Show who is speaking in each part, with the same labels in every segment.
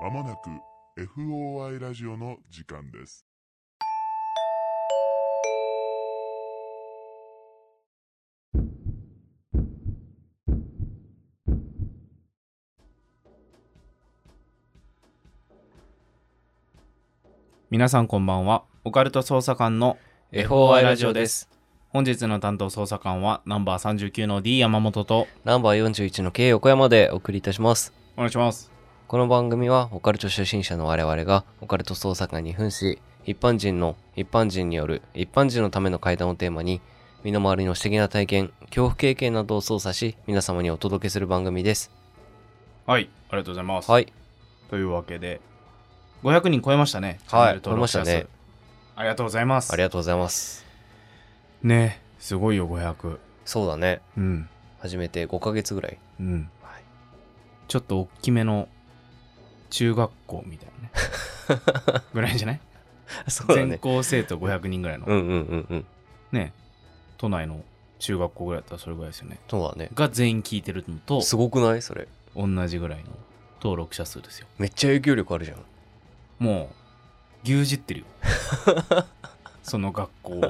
Speaker 1: まもなく FOI ラジオの時間です。
Speaker 2: 皆さんこんばんはオカルト捜査官の
Speaker 3: FOI ラジオです。
Speaker 2: 本日の担当捜査官はナンバー39の D 山本と
Speaker 3: ナンバー41の K 横山でお送りいたします。
Speaker 2: お願いします
Speaker 3: この番組はオカルト初心者の我々がオカルト捜査官に扮し、一般人の一般人による一般人のための会談をテーマに、身の回りの私的な体験、恐怖経験などを操作し、皆様にお届けする番組です。
Speaker 2: はいありがとうございます、
Speaker 3: はい。
Speaker 2: というわけで500人超えましたね
Speaker 3: はい
Speaker 2: チャンネル登録者数
Speaker 3: 超えましたね
Speaker 2: ありがとうございます
Speaker 3: ありがとうございます。
Speaker 2: ねすごいよ500
Speaker 3: そうだね。
Speaker 2: うん
Speaker 3: 始めて5ヶ月ぐらい。
Speaker 2: うん、ちょっと大きめの中学校みたい なねぐらいじゃない、
Speaker 3: そうだ
Speaker 2: 全
Speaker 3: ね。
Speaker 2: 校生徒500人ぐらいの、
Speaker 3: うんうんうんうん。
Speaker 2: ね都内の中学校ぐらいだったらそれぐらいですよね
Speaker 3: そうだね。
Speaker 2: が全員聞いてるのと
Speaker 3: すごくないそれ。
Speaker 2: 同じぐらいの登録者数ですよ
Speaker 3: めっちゃ影響力あるじゃん。
Speaker 2: もう牛耳 ってるよその学校を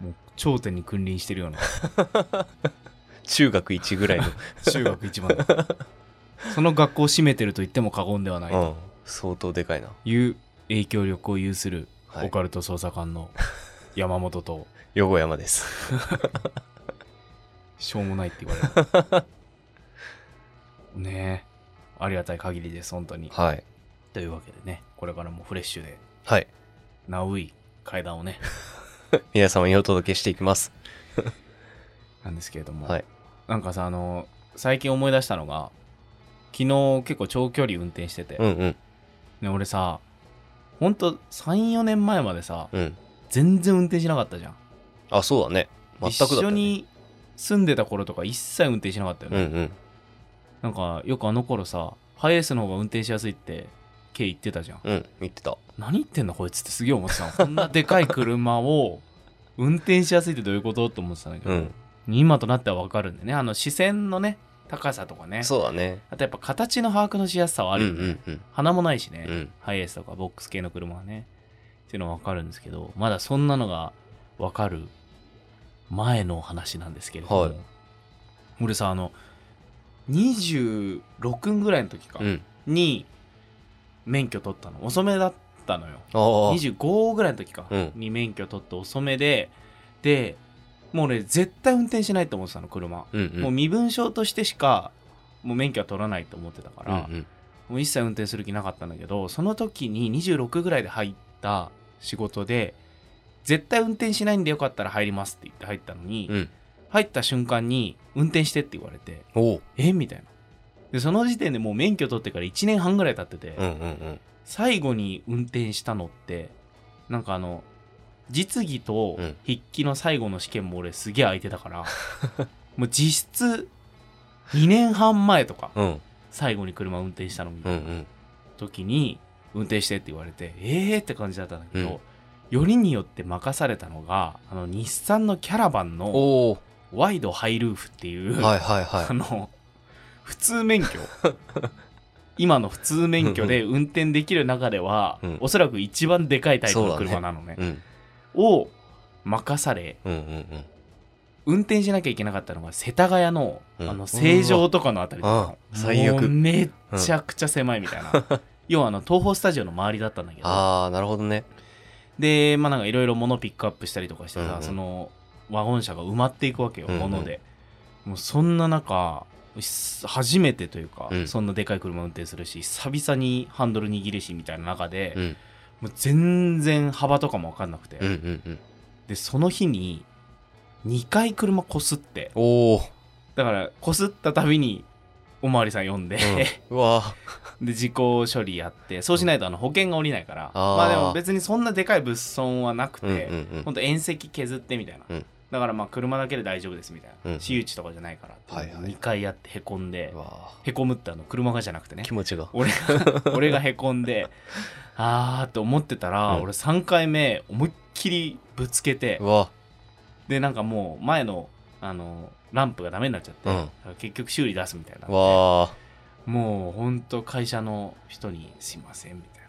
Speaker 2: もう頂点に君臨してるような
Speaker 3: 中学1ぐらい の。
Speaker 2: 中学一番のその学校を占めてると言っても過言ではないと
Speaker 3: うん。相当でかいな。
Speaker 2: いう影響力を有する
Speaker 3: はい
Speaker 2: オカルト捜査官 の山本と
Speaker 3: 横山です。
Speaker 2: しょうもないって言われる ねえありがたい限りです本当に
Speaker 3: はい。
Speaker 2: というわけでねこれからもフレッシュで
Speaker 3: はい。
Speaker 2: ナウイ階段を ね
Speaker 3: 皆様にお届けしていきます。
Speaker 2: なんですけれども、
Speaker 3: はい
Speaker 2: なんかさあの最近思い出したのが昨日結構長距離運転してて、
Speaker 3: うんうん。
Speaker 2: ね、俺さほんと34年前までさ
Speaker 3: うん。
Speaker 2: 全然運転しなかったじゃん、
Speaker 3: あ、そうだね。全くだった、ね。
Speaker 2: 一緒。に住んでた頃とか一切運転しなかったよ
Speaker 3: うん
Speaker 2: ね、
Speaker 3: うん。
Speaker 2: なんかよくあの頃さハイエースの方が運転しやすいってケイ言ってたじゃん
Speaker 3: うん。言ってた。
Speaker 2: 何言ってんだこいつってすげえ思ってたのこんなでかい車を運転しやすいってどういうことと思ってたんだけど、
Speaker 3: うん。
Speaker 2: 今となっては分かるんでねあの視線のね高さとかね
Speaker 3: そうだね。
Speaker 2: あとやっぱ形の把握のしやすさはあるよね、
Speaker 3: うんうん
Speaker 2: 鼻もないしね、
Speaker 3: うん。うん。
Speaker 2: ハイエースとかボックス系の車はねっていうのは分かるんですけどまだそんなのが分かる前のお話なんですけれども、
Speaker 3: はい
Speaker 2: 俺さあの26ぐらいの時か、
Speaker 3: うん。
Speaker 2: に免許取ったの遅めだったのよ
Speaker 3: あ
Speaker 2: 25ぐらいの時か、
Speaker 3: うん
Speaker 2: に免許取って遅めででもう俺絶対運転しないと思ってたの車、
Speaker 3: あ。うんうん。
Speaker 2: もう身分証としてしかもう免許は取らないと思ってたから、
Speaker 3: うんうん。
Speaker 2: もう一切運転する気なかったんだけどその時に26ぐらいで入った仕事で絶対運転しないんでよかったら入りますって言って入ったのに、
Speaker 3: うん。
Speaker 2: 入った瞬間に運転してって言われて
Speaker 3: おう。
Speaker 2: えみたいなでその時点でもう免許取ってから1年半ぐらい経ってて、
Speaker 3: うんうんうん。
Speaker 2: 最後に運転したのってなんかあの実技と
Speaker 3: うん
Speaker 2: 筆記の最後の試験も俺すげえ空いてたから、 もう実質2年半前とか
Speaker 3: うん
Speaker 2: 最後に車運転したのみ
Speaker 3: うんうん。
Speaker 2: 時に運転してって言われてえーって感じだったんだけ
Speaker 3: うん
Speaker 2: ど、よりによって任されたのがあの日産のキャラバンの
Speaker 3: おお。
Speaker 2: ワイドハイルーフっていう、
Speaker 3: はいはいは
Speaker 2: あの普通 免許今の普通免許で運転できる中では、
Speaker 3: うん
Speaker 2: おそらく一番でかいタイプの
Speaker 3: そうだね
Speaker 2: 車なのね
Speaker 3: い。うん。
Speaker 2: を任され
Speaker 3: うんうんうん。
Speaker 2: 運転しなきゃいけなかったのが世田谷の,、
Speaker 3: うん
Speaker 2: あの成城とかのあたりだったの
Speaker 3: ああ最悪
Speaker 2: もうめっちゃくちゃ狭いみたいな、要はあの東宝スタジオの周りだったんだけど
Speaker 3: ああ、なるほどね。
Speaker 2: でまあなんかいろいろ物ピックアップしたりとかしてさ、
Speaker 3: うんうん
Speaker 2: そのワゴン車が埋まっていくわけよ、
Speaker 3: うんうん
Speaker 2: 物でもうそんな中し初めてというか、
Speaker 3: うん
Speaker 2: そんなでかい車運転するし久々にハンドル握るしみたいな中で、
Speaker 3: うん
Speaker 2: もう全然幅とかも分かんなくて、
Speaker 3: うんうんうん。
Speaker 2: でその日に2回車こすって
Speaker 3: おお。
Speaker 2: だからこすったたびにおまわりさん呼んで、
Speaker 3: うん、うわ
Speaker 2: で事故処理やってそうしないとあの保険が下りないから、
Speaker 3: あー
Speaker 2: まあでも別にそんなでかい物損はなくて、
Speaker 3: ー。うんうんうん。
Speaker 2: ほんと縁石削ってみたいな、
Speaker 3: うん
Speaker 2: だからまあ車だけで大丈夫ですみたいな、
Speaker 3: うん
Speaker 2: 私有地とかじゃないから
Speaker 3: はいはい
Speaker 2: 2回やってへこんで
Speaker 3: うわ
Speaker 2: へこむってあの車がじゃなくてね
Speaker 3: ー。気持ちが。
Speaker 2: 俺 が俺がへこんであーって思ってたら、
Speaker 3: うん
Speaker 2: 俺3回目思いっきりぶつけて
Speaker 3: うわ
Speaker 2: でなんかもう前のあのランプがダメになっちゃって、
Speaker 3: うん
Speaker 2: だから結局修理出すみたいな
Speaker 3: わあ
Speaker 2: もうほんと会社の人に「すいません」みたいな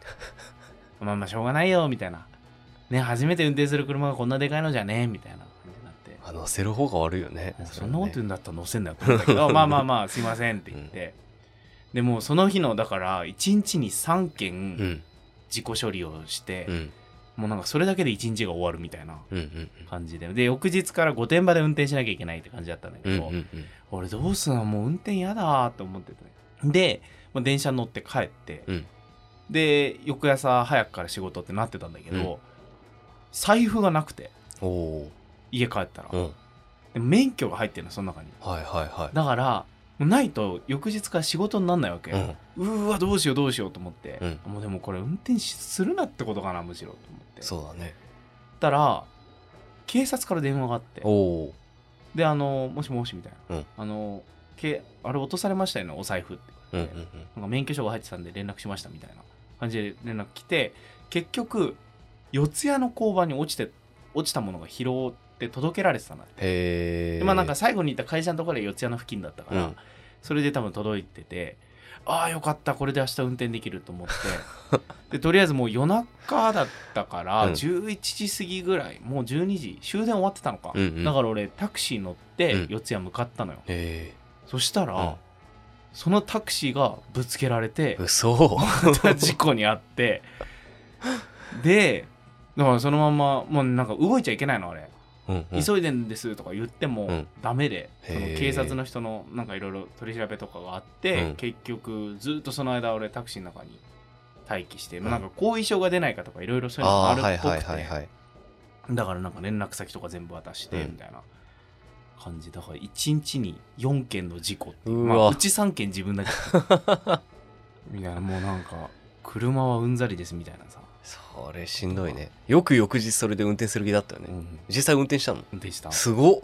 Speaker 2: 「まあまあしょうがないよ」みたいな「ね初めて運転する車がこんなでかいのじゃね」みたいな感じになって
Speaker 3: あのせる方が悪いよね
Speaker 2: もう
Speaker 3: れ
Speaker 2: そ
Speaker 3: は
Speaker 2: んなこと言
Speaker 3: ね
Speaker 2: うんだったら乗せんなよと思ったけ どまあまあまあすいませんって言って、でもうその日のだから1日に3
Speaker 3: う
Speaker 2: 件
Speaker 3: ん
Speaker 2: 自己処理をして、
Speaker 3: うん
Speaker 2: もうなんかそれだけで1日が終わるみたいな
Speaker 3: うんうん
Speaker 2: 感じでで翌日から御殿場で運転しなきゃいけないって感じだったんだ
Speaker 3: う
Speaker 2: け
Speaker 3: ん
Speaker 2: ど、
Speaker 3: うんうんうん
Speaker 2: 俺どうすんのもう運転やだーと思っててで、まあ電車乗って帰って、
Speaker 3: うん
Speaker 2: で翌朝早くから仕事ってなってたんだけど、
Speaker 3: うん
Speaker 2: 財布がなくて
Speaker 3: おお
Speaker 2: 家帰ったら、
Speaker 3: ーうん
Speaker 2: で免許が入ってるのその中に
Speaker 3: はいはいはい
Speaker 2: だからもうないと翌日から仕事になんないわけ
Speaker 3: う
Speaker 2: よ、
Speaker 3: ん
Speaker 2: うーわどうしようどうしようと思って、
Speaker 3: うん
Speaker 2: もうでもこれ運転しするなってことかなむしろと思って
Speaker 3: そうだね
Speaker 2: ったら警察から電話があって
Speaker 3: おお
Speaker 2: であのもしもしみたいな、
Speaker 3: うん
Speaker 2: あのけあれ落とされましたよねお財布って
Speaker 3: うんうん
Speaker 2: なんか免許証が入ってたんで連絡しましたみたいな感じで連絡来て結局四谷の交番に落ちて落ちたものが拾って届けられてたんだって、
Speaker 3: へえ
Speaker 2: でまあなんか最後に行った会社のところは四谷の付近だったから、
Speaker 3: うん
Speaker 2: それで多分届いててああよかったこれで明日運転できると思ってでとりあえずもう夜中だったから
Speaker 3: うん
Speaker 2: 11時過ぎぐらい、もう12時終電終わってたのか、
Speaker 3: うんうん
Speaker 2: だから俺タクシー乗って
Speaker 3: うん
Speaker 2: 四谷向かったのよ、
Speaker 3: へ
Speaker 2: そしたら、
Speaker 3: うん
Speaker 2: そのタクシーがぶつけられて
Speaker 3: え嘘
Speaker 2: また 事故にあってでだからそのまんまもうなんか動いちゃいけないのあれ、
Speaker 3: うんうん
Speaker 2: 急いでんですとか言っても
Speaker 3: うん
Speaker 2: ダメで、
Speaker 3: へー
Speaker 2: その警察の人のなんかいろいろ取り調べとかがあって、
Speaker 3: うん
Speaker 2: 結局ずっとその間俺タクシーの中に待機して、まあなんか後遺症が出ないかとかいろいろそういうのが
Speaker 3: あ
Speaker 2: あ
Speaker 3: あ
Speaker 2: る
Speaker 3: はい
Speaker 2: っぽ
Speaker 3: はい
Speaker 2: く
Speaker 3: はい
Speaker 2: て
Speaker 3: はい
Speaker 2: だからなんか連絡先とか全部渡して
Speaker 3: うん
Speaker 2: みたいな感じだから1日に4件の事故っていう
Speaker 3: う
Speaker 2: ま
Speaker 3: わ
Speaker 2: あ、うち3件自分だけ みたいなもうなんか車はうんざりですみたいなさ、
Speaker 3: それしんどいねよく翌日それで運転する気だったよ
Speaker 2: う
Speaker 3: ね
Speaker 2: ん、
Speaker 3: 実際運転したの
Speaker 2: 運転した
Speaker 3: すごっ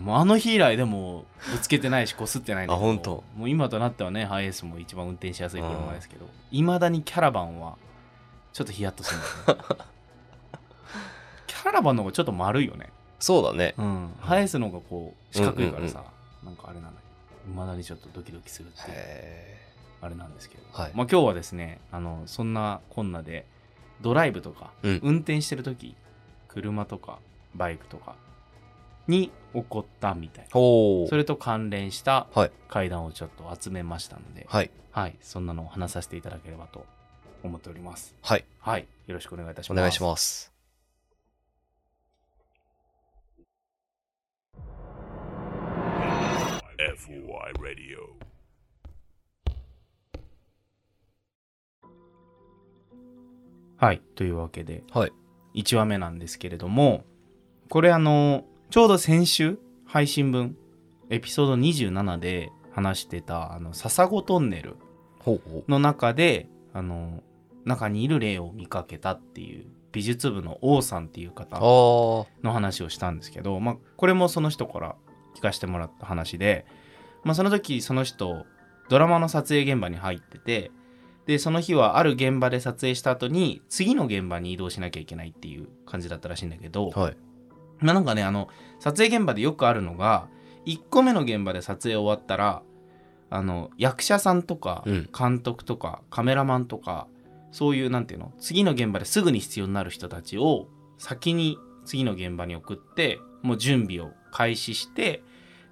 Speaker 2: もうあの日以来でもぶつけてないしこすってないんだけど
Speaker 3: あほんと
Speaker 2: もう今となってはねハイエースも一番運転しやすい車ですけどいまだにキャラバンはちょっとヒヤッとするん だよねキャラバンの方がちょっと丸いよね
Speaker 3: そうだね
Speaker 2: うん、ハイエースの方がこう四角いからさ、なんかあれなんだけどいまだにちょっとドキドキするっていう
Speaker 3: へ
Speaker 2: あれなんですけど、
Speaker 3: えはい
Speaker 2: まあ、今日はですねあのそんなこんなでドライブとか、
Speaker 3: うん
Speaker 2: 運転してる時車とかバイクとかに起こったみたいな
Speaker 3: ほう
Speaker 2: それと関連した
Speaker 3: はい
Speaker 2: 階段をちょっと集めましたので、はい
Speaker 3: はい
Speaker 2: そんなのを話させていただければと思っております。
Speaker 3: はい
Speaker 2: はい、よろしくお願いいたし
Speaker 3: お
Speaker 2: ます。
Speaker 3: 願いします
Speaker 2: はい、というわけで、
Speaker 3: はい
Speaker 2: 1話目なんですけれどもこれあのちょうど先週配信分エピソード27で話してたあの笹子トンネル
Speaker 3: ほうほ
Speaker 2: の中であの中にいる霊を見かけたっていう美術部の王さんっていう方
Speaker 3: う
Speaker 2: の話をしたんですけど、まあ、これもその人から聞かせてもらった話で、まあ、その時その人ドラマの撮影現場に入っててでその日はある現場で撮影した後に次の現場に移動しなきゃいけないっていう感じだったらしいんだけど、
Speaker 3: あーはい
Speaker 2: まあ、なんかねあの撮影現場でよくあるのが1個目の現場で撮影終わったらあの役者さんとか
Speaker 3: うん
Speaker 2: 監督とかカメラマンとか、そういうなんていうの次の現場ですぐに必要になる人たちを先に次の現場に送ってもう準備を開始して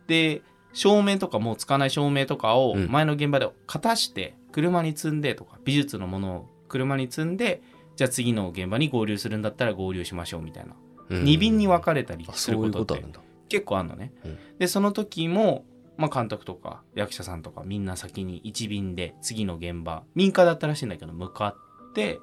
Speaker 2: で照明とかもう使わない照明とかを
Speaker 3: うん
Speaker 2: 前の現場で片して車に積んでとか美術のものを車に積んでじゃあ次の現場に合流するんだったら合流しましょうみたいな
Speaker 3: うん
Speaker 2: 二便に分かれたり
Speaker 3: あ
Speaker 2: す
Speaker 3: そ
Speaker 2: る
Speaker 3: う
Speaker 2: こ
Speaker 3: いう
Speaker 2: と
Speaker 3: こ
Speaker 2: っ
Speaker 3: とあ
Speaker 2: て
Speaker 3: るんだ
Speaker 2: 結構あるのね、
Speaker 3: うん
Speaker 2: でその時も、まあ、監督とか役者さんとかみんな先に一便で次の現場民家だったらしいんだけど向かって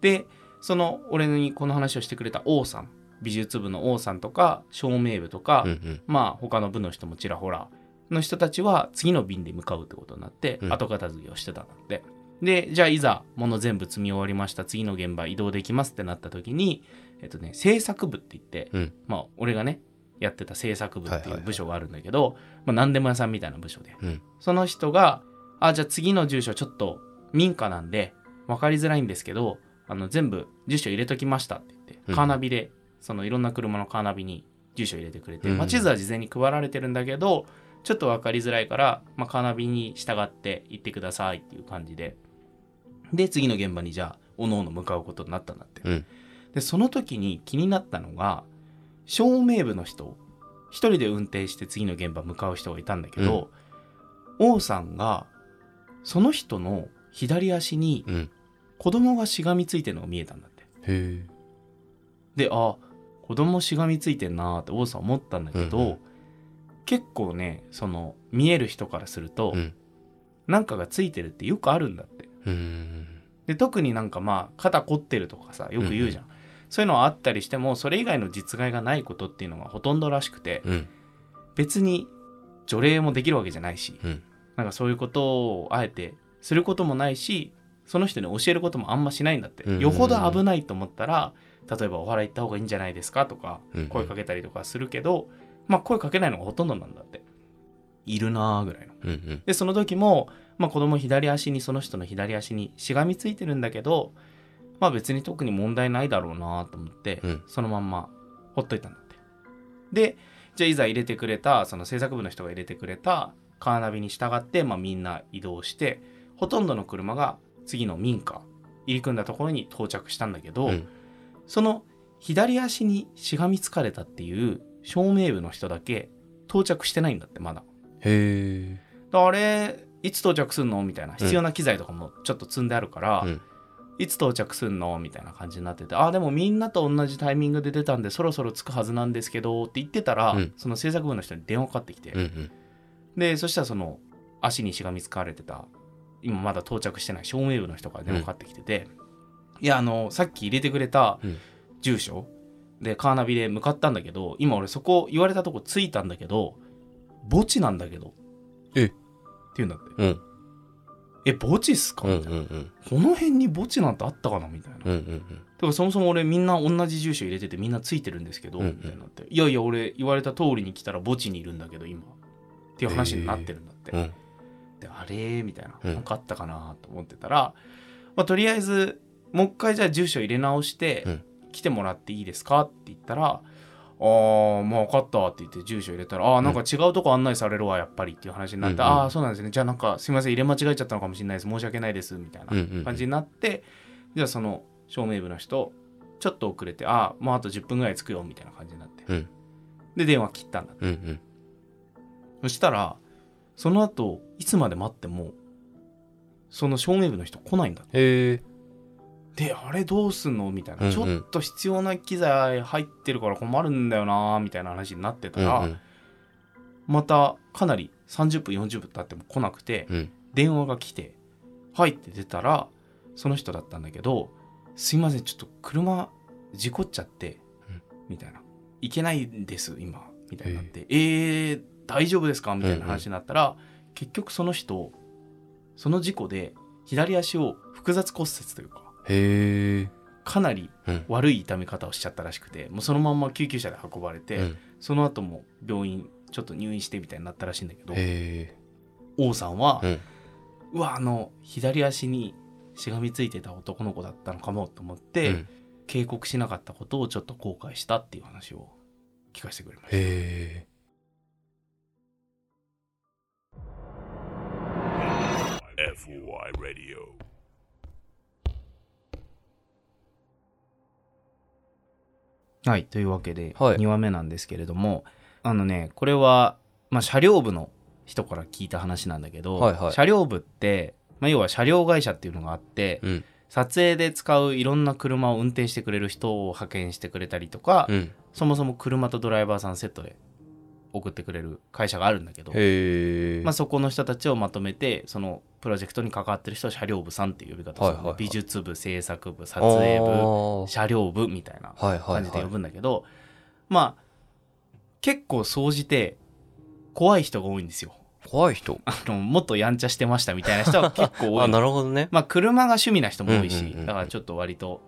Speaker 2: でその俺にこの話をしてくれた王さん美術部の王さんとか照明部とか、
Speaker 3: うんうん
Speaker 2: まあ他の部の人もちらほらの人たちは次の便で向かうってことになって
Speaker 3: うん
Speaker 2: 後片付けをしてたんだって、でじゃあいざ物全部積み終わりました次の現場移動できますってなった時にえっとね制作部って言って、
Speaker 3: うん
Speaker 2: まあ俺がねやってた制作部って
Speaker 3: は
Speaker 2: い
Speaker 3: い
Speaker 2: う
Speaker 3: はいはい
Speaker 2: 部署があるんだけど、まあ、何でも屋さんみたいな部署で、
Speaker 3: うん
Speaker 2: その人が「あじゃあ次の住所ちょっと民家なんで分かりづらいんですけどあの全部住所入れときました」って言って、
Speaker 3: うん
Speaker 2: カーナビでそのいろんな車のカーナビに住所入れてくれて、
Speaker 3: うん
Speaker 2: まあ、地図は事前に配られてるんだけどちょっと分かりづらいから、まあ、カーナビに従って行ってくださいっていう感じでで次の現場にじゃあおのおの向かうことになったんだって、
Speaker 3: うん
Speaker 2: でその時に気になったのが照明部の人一人で運転して次の現場向かう人がいたんだけど、王さんがその人の左足に
Speaker 3: うん。
Speaker 2: 子供がしがみついてるのが見えたんだって
Speaker 3: へえ。
Speaker 2: であ子供しがみついてんなーって王さん思ったんだけど、
Speaker 3: うんうん
Speaker 2: 結構ねその見える人からすると、
Speaker 3: うん
Speaker 2: なんかがついてるってよくあるんだって
Speaker 3: うーん。
Speaker 2: で特になんかまあ肩凝ってるとかさよく言うじゃん、そういうのはあったりしてもそれ以外の実害がないことっていうのがほとんどらしくて、
Speaker 3: うん。
Speaker 2: 別に除霊もできるわけじゃないし、
Speaker 3: うん
Speaker 2: なんかそういうことをあえてすることもないしその人に教えることもあんましないんだって、
Speaker 3: うんうんうん
Speaker 2: よほど危ないと思ったら例えばお祓い行った方がいいんじゃないですかとか
Speaker 3: うん
Speaker 2: 声かけたりとかするけど、まあ声かけないのがほとんどなんだっているなーぐらいの
Speaker 3: うんうん。
Speaker 2: でその時も、まあ、子供左足にその人の左足にしがみついてるんだけどまあ別に特に問題ないだろうなと思って、
Speaker 3: うん
Speaker 2: そのまんまほっといたんだってでじゃあいざ入れてくれたその制作部の人が入れてくれたカーナビに従って、まあ、みんな移動してほとんどの車が次の民家入り組んだところに到着したんだけど、
Speaker 3: うん
Speaker 2: その左足にしがみつかれたっていう照明部の人だけ到着してないんだってまだ
Speaker 3: へえ。
Speaker 2: だあれいつ到着すんのみたいな必要な機材とかもちょっと積んであるから、
Speaker 3: うん
Speaker 2: いつ到着すんのみたいな感じになっててあでもみんなと同じタイミングで出たんでそろそろ着くはずなんですけどって言ってたら、
Speaker 3: うん
Speaker 2: その制作部の人に電話かかってきて、
Speaker 3: うんうん。
Speaker 2: でそしたらその足にしがみつかれてた今まだ到着してない照明部の人から電話かかってきてて、いやあのさっき入れてくれた
Speaker 3: うん
Speaker 2: 住所でカーナビで向かったんだけど今俺そこ言われたとこ着いたんだけど墓地なんだけど
Speaker 3: え
Speaker 2: って言うんだって
Speaker 3: うん
Speaker 2: え墓地っすか
Speaker 3: う
Speaker 2: み
Speaker 3: んうん
Speaker 2: たいな、
Speaker 3: うん。
Speaker 2: この辺に墓地なんてあったかなみたいな、
Speaker 3: うんうん
Speaker 2: てかそもそも俺みんな同じ住所入れててみんなついてるんですけど、
Speaker 3: うんうん
Speaker 2: みたいになっていやいや俺言われた通りに来たら墓地にいるんだけど今っていう話になってるんだって、
Speaker 3: うん。うん。
Speaker 2: であれみたいな
Speaker 3: うん
Speaker 2: 何かあったかなと思ってたら、まあ、とりあえずもう一回じゃあ住所入れ直して、
Speaker 3: うん
Speaker 2: 来てもらっていいですかって言ったら「あーまあ分かった」って言って住所入れたら「あーなんか違うとこ案内されるわやっぱり」っていう話になって「
Speaker 3: うんうん
Speaker 2: ああそうなんですねじゃあなんかすいません入れ間違えちゃったのかもしれないです申し訳ないです」みたいな
Speaker 3: うんうんうん
Speaker 2: 感じになって、じゃあその照明部の人ちょっと遅れて「あーもうあと10分ぐらい着くよ」みたいな感じになって、
Speaker 3: うん
Speaker 2: で電話切ったんだ
Speaker 3: うんうん。
Speaker 2: そしたら、その後、いつまで待っても、その照明部の人来ないんだっ
Speaker 3: へえ。
Speaker 2: て。で、あれどうすんのみたいな、
Speaker 3: うんうん
Speaker 2: ちょっと必要な機材入ってるから困るんだよなみたいな話になってたら、
Speaker 3: うん
Speaker 2: またかなり30分、40分経っても来なくて、
Speaker 3: うん
Speaker 2: 電話が来て、はいって出たら、その人だったんだけど、すいません、ちょっと車事故っちゃって、
Speaker 3: うん
Speaker 2: みたいな。いけないんです、今、みたいになって、えー、大丈夫ですかみたいな話になったら、結局その人、その事故で左足を複雑骨折というか、
Speaker 3: へえ。
Speaker 2: かなり
Speaker 3: うん
Speaker 2: 悪い痛み方をしちゃったらしくて、もうそのまんま救急車で運ばれて、
Speaker 3: うん
Speaker 2: その後も病院ちょっと入院してみたいになったらしいんだけど、
Speaker 3: へ
Speaker 2: 王さんは、
Speaker 3: え。う。
Speaker 2: うんわあの左足にしがみついてた男の子だったのかもと思って、
Speaker 3: うん
Speaker 2: 警告しなかったことをちょっと後悔したっていう話を聞かせてくれました。
Speaker 3: へえ。
Speaker 1: FOI Radio
Speaker 2: はい、というわけで、
Speaker 3: はい
Speaker 2: 2話目なんですけれどもあのねこれは、まあ、車両部の人から聞いた話なんだけど、
Speaker 3: はいはい
Speaker 2: 車両部って、まあ、要は車両会社っていうのがあって、
Speaker 3: うん
Speaker 2: 撮影で使ういろんな車を運転してくれる人を派遣してくれたりとか、
Speaker 3: うん。
Speaker 2: そもそも車とドライバーさんセットで送ってくれる会社があるんだけど、
Speaker 3: へえ。
Speaker 2: まあ、そこの人たちをまとめてそのプロジェクトに関わってる人を車両部さんっていう呼び方をするの、
Speaker 3: はいはいはい
Speaker 2: 美術部制作部撮
Speaker 3: あ
Speaker 2: 影部
Speaker 3: ー
Speaker 2: 車両部みたいな
Speaker 3: はいはい
Speaker 2: 感じで
Speaker 3: は
Speaker 2: 呼
Speaker 3: い。
Speaker 2: ぶんだけど、まあ結構総じて怖い人が多いんですよ
Speaker 3: 怖い人。
Speaker 2: あのもっとやんちゃしてましたみたいな人は結構多
Speaker 3: あ、
Speaker 2: い
Speaker 3: なるほどね。
Speaker 2: まあ車が趣味な人も多いし、
Speaker 3: うんうんうんうん
Speaker 2: だからちょっと割と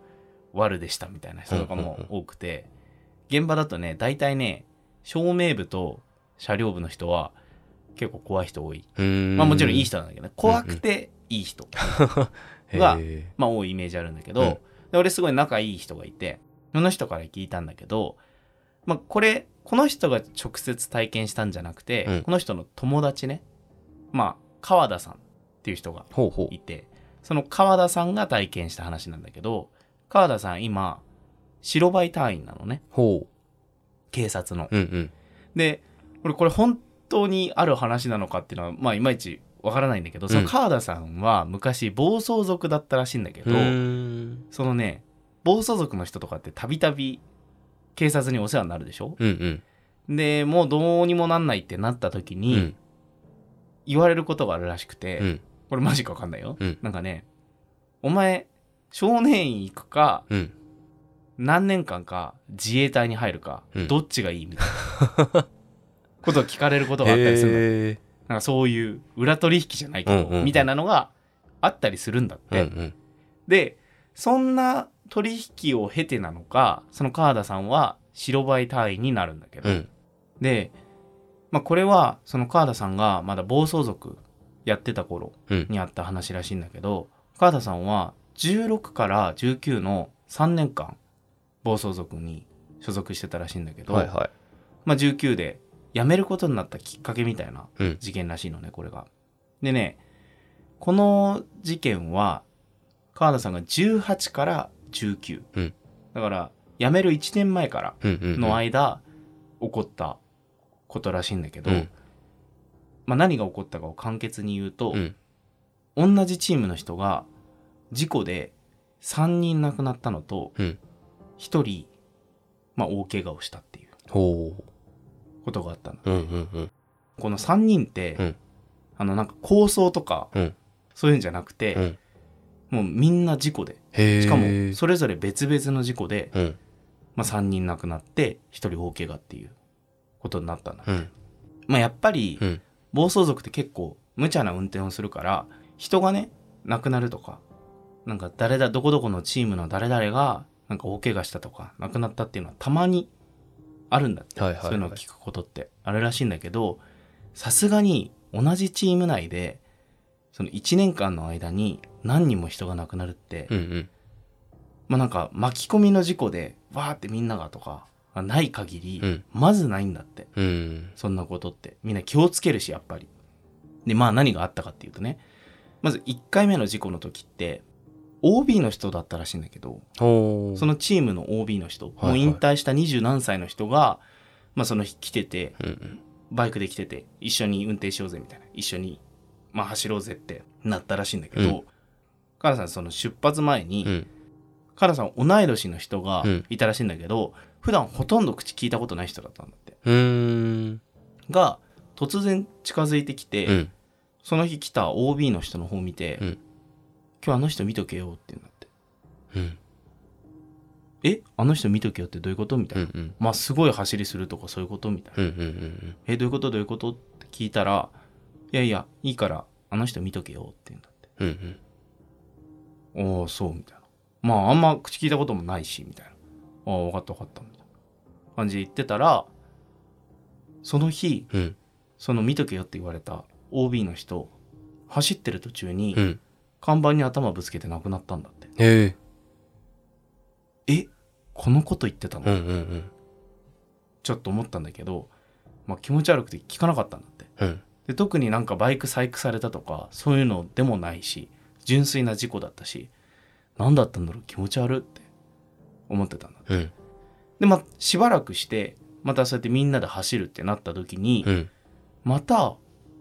Speaker 2: 悪でしたみたいな人とかも多くて、現場だとね大体ね照明部と車両部の人は結構怖い人多い、
Speaker 3: うーん。
Speaker 2: まあもちろんいい人なんだけどね怖くていい人、が
Speaker 3: へえ。
Speaker 2: まあ多いイメージあるんだけど、
Speaker 3: うん
Speaker 2: で俺すごい仲いい人がいてその人から聞いたんだけど、まあ、これこの人が直接体験したんじゃなくて、
Speaker 3: うん
Speaker 2: この人の友達ねまあ川田さんっていう人が
Speaker 3: ほうほ
Speaker 2: いてその川田さんが体験した話なんだけど川田さん今白バイ隊員なのね
Speaker 3: ほ
Speaker 2: 警察の。
Speaker 3: う。うんうん。
Speaker 2: で俺これ本当にある話なのかっていうのはまあいまいちわからないんだけど、その川田さんは昔暴走族だったらしいんだけど、
Speaker 3: うーん。
Speaker 2: そのね暴走族の人とかってたびたび警察にお世話になるでしょ
Speaker 3: うんうん。
Speaker 2: でもうどうにもなんないってなった時
Speaker 3: う
Speaker 2: に
Speaker 3: ん。
Speaker 2: 言われることがあるらしくて、
Speaker 3: うん。
Speaker 2: これマジかわかんないよ、
Speaker 3: うん
Speaker 2: なんかねお前少年院行くか
Speaker 3: うん。
Speaker 2: 何年間か自衛隊に入るか、
Speaker 3: うん
Speaker 2: どっちがいいみたいな ことを聞かれることがあったりするの
Speaker 3: へ
Speaker 2: なんかそういう裏取引じゃないけ
Speaker 3: うん
Speaker 2: ど、
Speaker 3: うんうん
Speaker 2: みたいなのがあったりするんだっ
Speaker 3: ーう
Speaker 2: て、
Speaker 3: ん
Speaker 2: でそんな取引を経てなのかその川田さんは白バイ隊員になるんだけど、
Speaker 3: うん。うん。
Speaker 2: で、まあ、これはその川田さんがまだ暴走族やってた頃
Speaker 3: うん。
Speaker 2: にあった話らしいんだけど川田さんは16から19の3年間暴走族に所属してたらしいんだけど、
Speaker 3: はいは。
Speaker 2: まあ、19で辞めることになったきっかけみたいない
Speaker 3: うん。
Speaker 2: 事件らしいのねこれが。でねこの事件は川田さんが18から19、
Speaker 3: うん
Speaker 2: だから辞める1年前から
Speaker 3: うんうんうん。
Speaker 2: の間、起こったことらしいんだけど、
Speaker 3: うん
Speaker 2: まあ、何が起こったかを簡潔に言うと、
Speaker 3: うん。
Speaker 2: 同じチームの人が事故で3人亡くなったのと、
Speaker 3: うん
Speaker 2: 1人、まあ、大怪我をしたっていう
Speaker 3: ほ
Speaker 2: ことがあったの
Speaker 3: う。うんうんうん。
Speaker 2: この3人って、
Speaker 3: うん
Speaker 2: あのなんか抗争とか、
Speaker 3: うん
Speaker 2: そういうんじゃなくて、
Speaker 3: うん
Speaker 2: もうみんな事故で
Speaker 3: へえ。
Speaker 2: しかもそれぞれ別々の事故で、
Speaker 3: うん。
Speaker 2: まあ、3人亡くなって1人大怪我っていうことになったんだ、
Speaker 3: うん。
Speaker 2: まあ、やっぱり、
Speaker 3: うん。
Speaker 2: 暴走族って結構無茶な運転をするから人がね亡くなるとかなんか誰だどこどこのチームの誰々がなんか大怪我したとか亡くなったっていうのはたまにあるんだって、
Speaker 3: はいはいはい
Speaker 2: そういうのを聞くことってあるらしいんだけどさすがに同じチーム内でその1年間の間に何人も人が亡くなるって、
Speaker 3: うんうん。
Speaker 2: まあなんか巻き込みの事故でわーってみんながとかがない限り、
Speaker 3: うん
Speaker 2: まずないんだって
Speaker 3: うん。
Speaker 2: そんなことって。みんな気をつけるし、やっぱり。で、まあ何があったかっていうとね、まず1回目の事故の時って、OB の人だったらしいんだけど、
Speaker 3: ほう。
Speaker 2: そのチームの OB の人、
Speaker 3: はいはい
Speaker 2: もう引退した二十何歳の人が、まあその日来てて、
Speaker 3: うんうん。
Speaker 2: バイクで来てて、一緒に運転しようぜみたいな、一緒に、まあ走ろうぜってなったらしいんだけど、カラさんその出発前に、
Speaker 3: うん。
Speaker 2: カラさん同い年の人が
Speaker 3: うん
Speaker 2: いたらしいんだけど、普段ほとんど口聞いたことない人だったんだって。
Speaker 3: うーん。
Speaker 2: が、突然近づいてきて、
Speaker 3: うん。
Speaker 2: その日来た OB の人の方見て、
Speaker 3: うん
Speaker 2: 今日あの人見とけよってなって、
Speaker 3: うん。
Speaker 2: えあの人見とけよってどういうことみた
Speaker 3: う
Speaker 2: いな、
Speaker 3: んうん。
Speaker 2: まあすごい走りするとかそういうことみたいな、
Speaker 3: うんうんうん
Speaker 2: えどういうことどういうことって聞いたら、いやいや、いいからあの人見とけよって言うんだって、
Speaker 3: うん。うん
Speaker 2: おお、そうみたいな。まああんま口聞いたこともないし、みたいな。ああ、わかったわかったみたいな感じで言ってたら、その日、
Speaker 3: うん。うん。
Speaker 2: その見とけよって言われた OB の人、走ってる途中に、
Speaker 3: うん。
Speaker 2: 看板に頭ぶつけて亡くなったんだって。
Speaker 3: へえ。
Speaker 2: えこのこと言ってたの、
Speaker 3: うんうんうん。
Speaker 2: ちょっと思ったんだけど、まあ、気持ち悪くて聞かなかったんだって
Speaker 3: うん。
Speaker 2: で特になんかバイク細工されたとかそういうのでもないし純粋な事故だったし何だったんだろう気持ち悪って思ってたんだ
Speaker 3: うん。
Speaker 2: でまあしばらくしてまたそうやってみんなで走るってなった時に、
Speaker 3: うん。
Speaker 2: また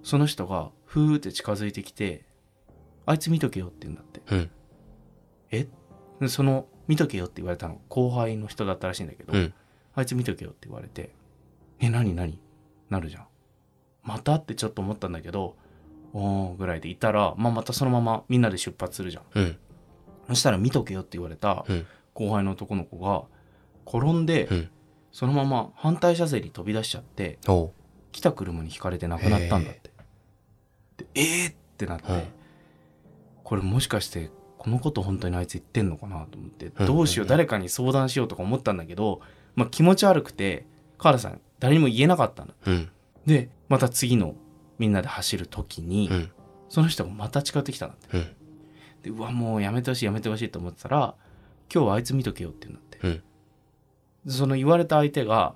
Speaker 2: その人がふーって近づいてきて「あいつ見とけよ」って言うんだって
Speaker 3: うん。
Speaker 2: でその「見とけよ」って言われたの後輩の人だったらしいんだけど、
Speaker 3: うん
Speaker 2: あいつ見とけよって言われて「え何何?」なるじゃん。またってちょっと思ったんだけど「おー」ぐらいでいたら、まあ、またそのままみんなで出発するじゃん。
Speaker 3: うん。
Speaker 2: そしたら「見とけよ」って言われた
Speaker 3: うん
Speaker 2: 後輩の男の子が転んで、
Speaker 3: うん
Speaker 2: そのまま反対車線に飛び出しちゃって
Speaker 3: ほ
Speaker 2: 来た車にひかれて亡くなったんだって。でえーってなって、
Speaker 3: うん
Speaker 2: これもしかしてこのこと本当にあいつ言ってんのかなと思って、
Speaker 3: うん
Speaker 2: どうしよう誰かに相談しようとか思ったんだけど、まあ、気持ち悪くて河原さん誰にも言えなかったの。
Speaker 3: う。うん。
Speaker 2: でまた次のみんなで走る時に、
Speaker 3: うん。
Speaker 2: その人がまた近寄ってきたんだって。
Speaker 3: うん。
Speaker 2: でうわもうやめてほしいやめてほしいと思ってたら今日はあいつ見とけよって言うんだって、
Speaker 3: うん
Speaker 2: でその言われた相手が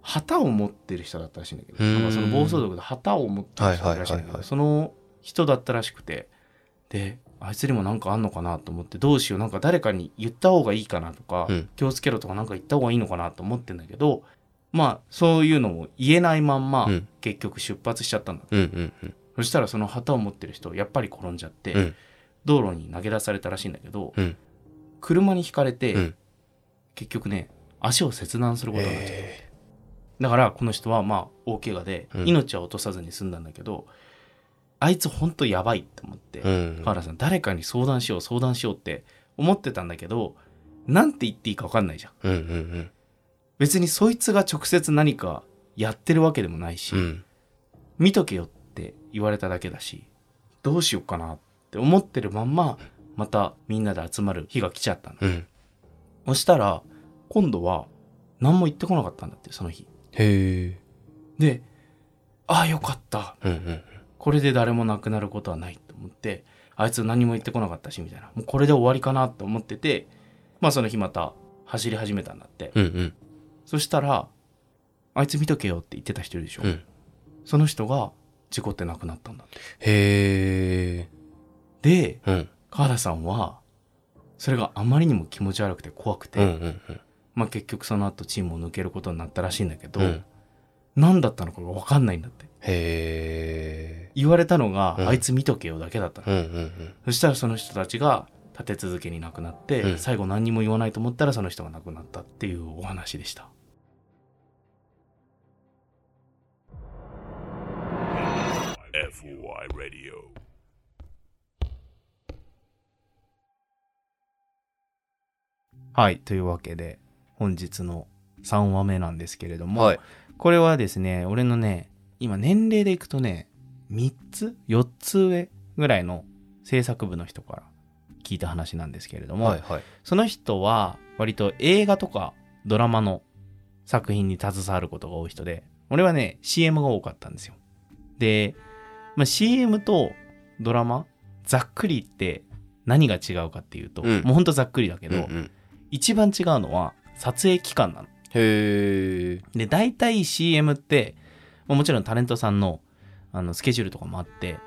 Speaker 2: 旗を持ってる人だったらしいんだけど
Speaker 3: うーん
Speaker 2: なんかその暴走族で旗を持ってる人だったらしいんだけ
Speaker 3: はいはいはいは
Speaker 2: ど
Speaker 3: い
Speaker 2: その人だったらしくてであいつにもなんかあんのかなと思ってどうしようなんか誰かに言った方がいいかなとか、
Speaker 3: うん
Speaker 2: 気をつけろとかなんか言った方がいいのかなと思ってんだけどまあそういうのも言えないまんま、
Speaker 3: うん
Speaker 2: 結局出発しちゃったんだ
Speaker 3: うんうんうん
Speaker 2: そしたらその旗を持ってる人やっぱり転んじゃって、
Speaker 3: うん
Speaker 2: 道路に投げ出されたらしいんだけど、
Speaker 3: うん
Speaker 2: 車にひかれて、
Speaker 3: うん
Speaker 2: 結局ね足を切断することになっちゃった
Speaker 3: え
Speaker 2: だからこの人はまあ大怪我で
Speaker 3: うん
Speaker 2: 命は落とさずに済んだんだけど、あいつほんとやばいって思って、
Speaker 3: ーうん
Speaker 2: 河原さん誰かに相談しよう相談しようって思ってたんだけどなんて言っていいか分かんないじゃん
Speaker 3: うんうん
Speaker 2: 別にそいつが直接何かやってるわけでもないし、
Speaker 3: うんうん
Speaker 2: 見とけよって言われただけだしどうしようかなって思ってるまんままたみんなで集まる日が来ちゃったの
Speaker 3: うん
Speaker 2: そしたら今度は何も言ってこなかったんだってその日
Speaker 3: へえ
Speaker 2: でああよかった
Speaker 3: うんうん
Speaker 2: これで誰も亡くなることはないと思ってあいつ何も言ってこなかったしみたいなもうこれで終わりかなと思っててまあその日また走り始めたんだって、
Speaker 3: うんうん
Speaker 2: そしたらあいつ見とけよって言ってた人いるでしょ、
Speaker 3: うん
Speaker 2: その人が事故って亡くなったんだって
Speaker 3: へえ
Speaker 2: で
Speaker 3: うん
Speaker 2: 川田さんはそれがあまりにも気持ち悪くて怖くて、
Speaker 3: うんうんうん
Speaker 2: まあ、結局その後チームを抜けることになったらしいんだけど、
Speaker 3: うん
Speaker 2: 何だったのかが分かんないんだって
Speaker 3: へえ
Speaker 2: 言われたのが、
Speaker 3: うん
Speaker 2: あいつ見とけよだけだったの、
Speaker 3: うんうんうん
Speaker 2: そしたらその人たちが立て続けに亡くなって、
Speaker 3: うん
Speaker 2: 最後何にも言わないと思ったらその人が亡くなったっていうお話でしたはいというわけで本日の3話目なんですけれども、
Speaker 3: はい
Speaker 2: これはですね俺のね今年齢でいくとね3つ4つ上ぐらいの制作部の人から聞いた話なんですけれども、
Speaker 3: はいはい
Speaker 2: その人は割と映画とかドラマの作品に携わることが多い人で、俺はね、CM が多かったんですよ。で、まあ、CM とドラマ、ざっくり言って何が違うかっていうと、
Speaker 3: うん
Speaker 2: もうほんとざっくりだけ
Speaker 3: うん
Speaker 2: ど、
Speaker 3: うん
Speaker 2: 一番違うのは撮影期間なの。
Speaker 3: へえ
Speaker 2: で、大体 CM って、まあもちろんタレントさんのあのスケジュールとかもあって、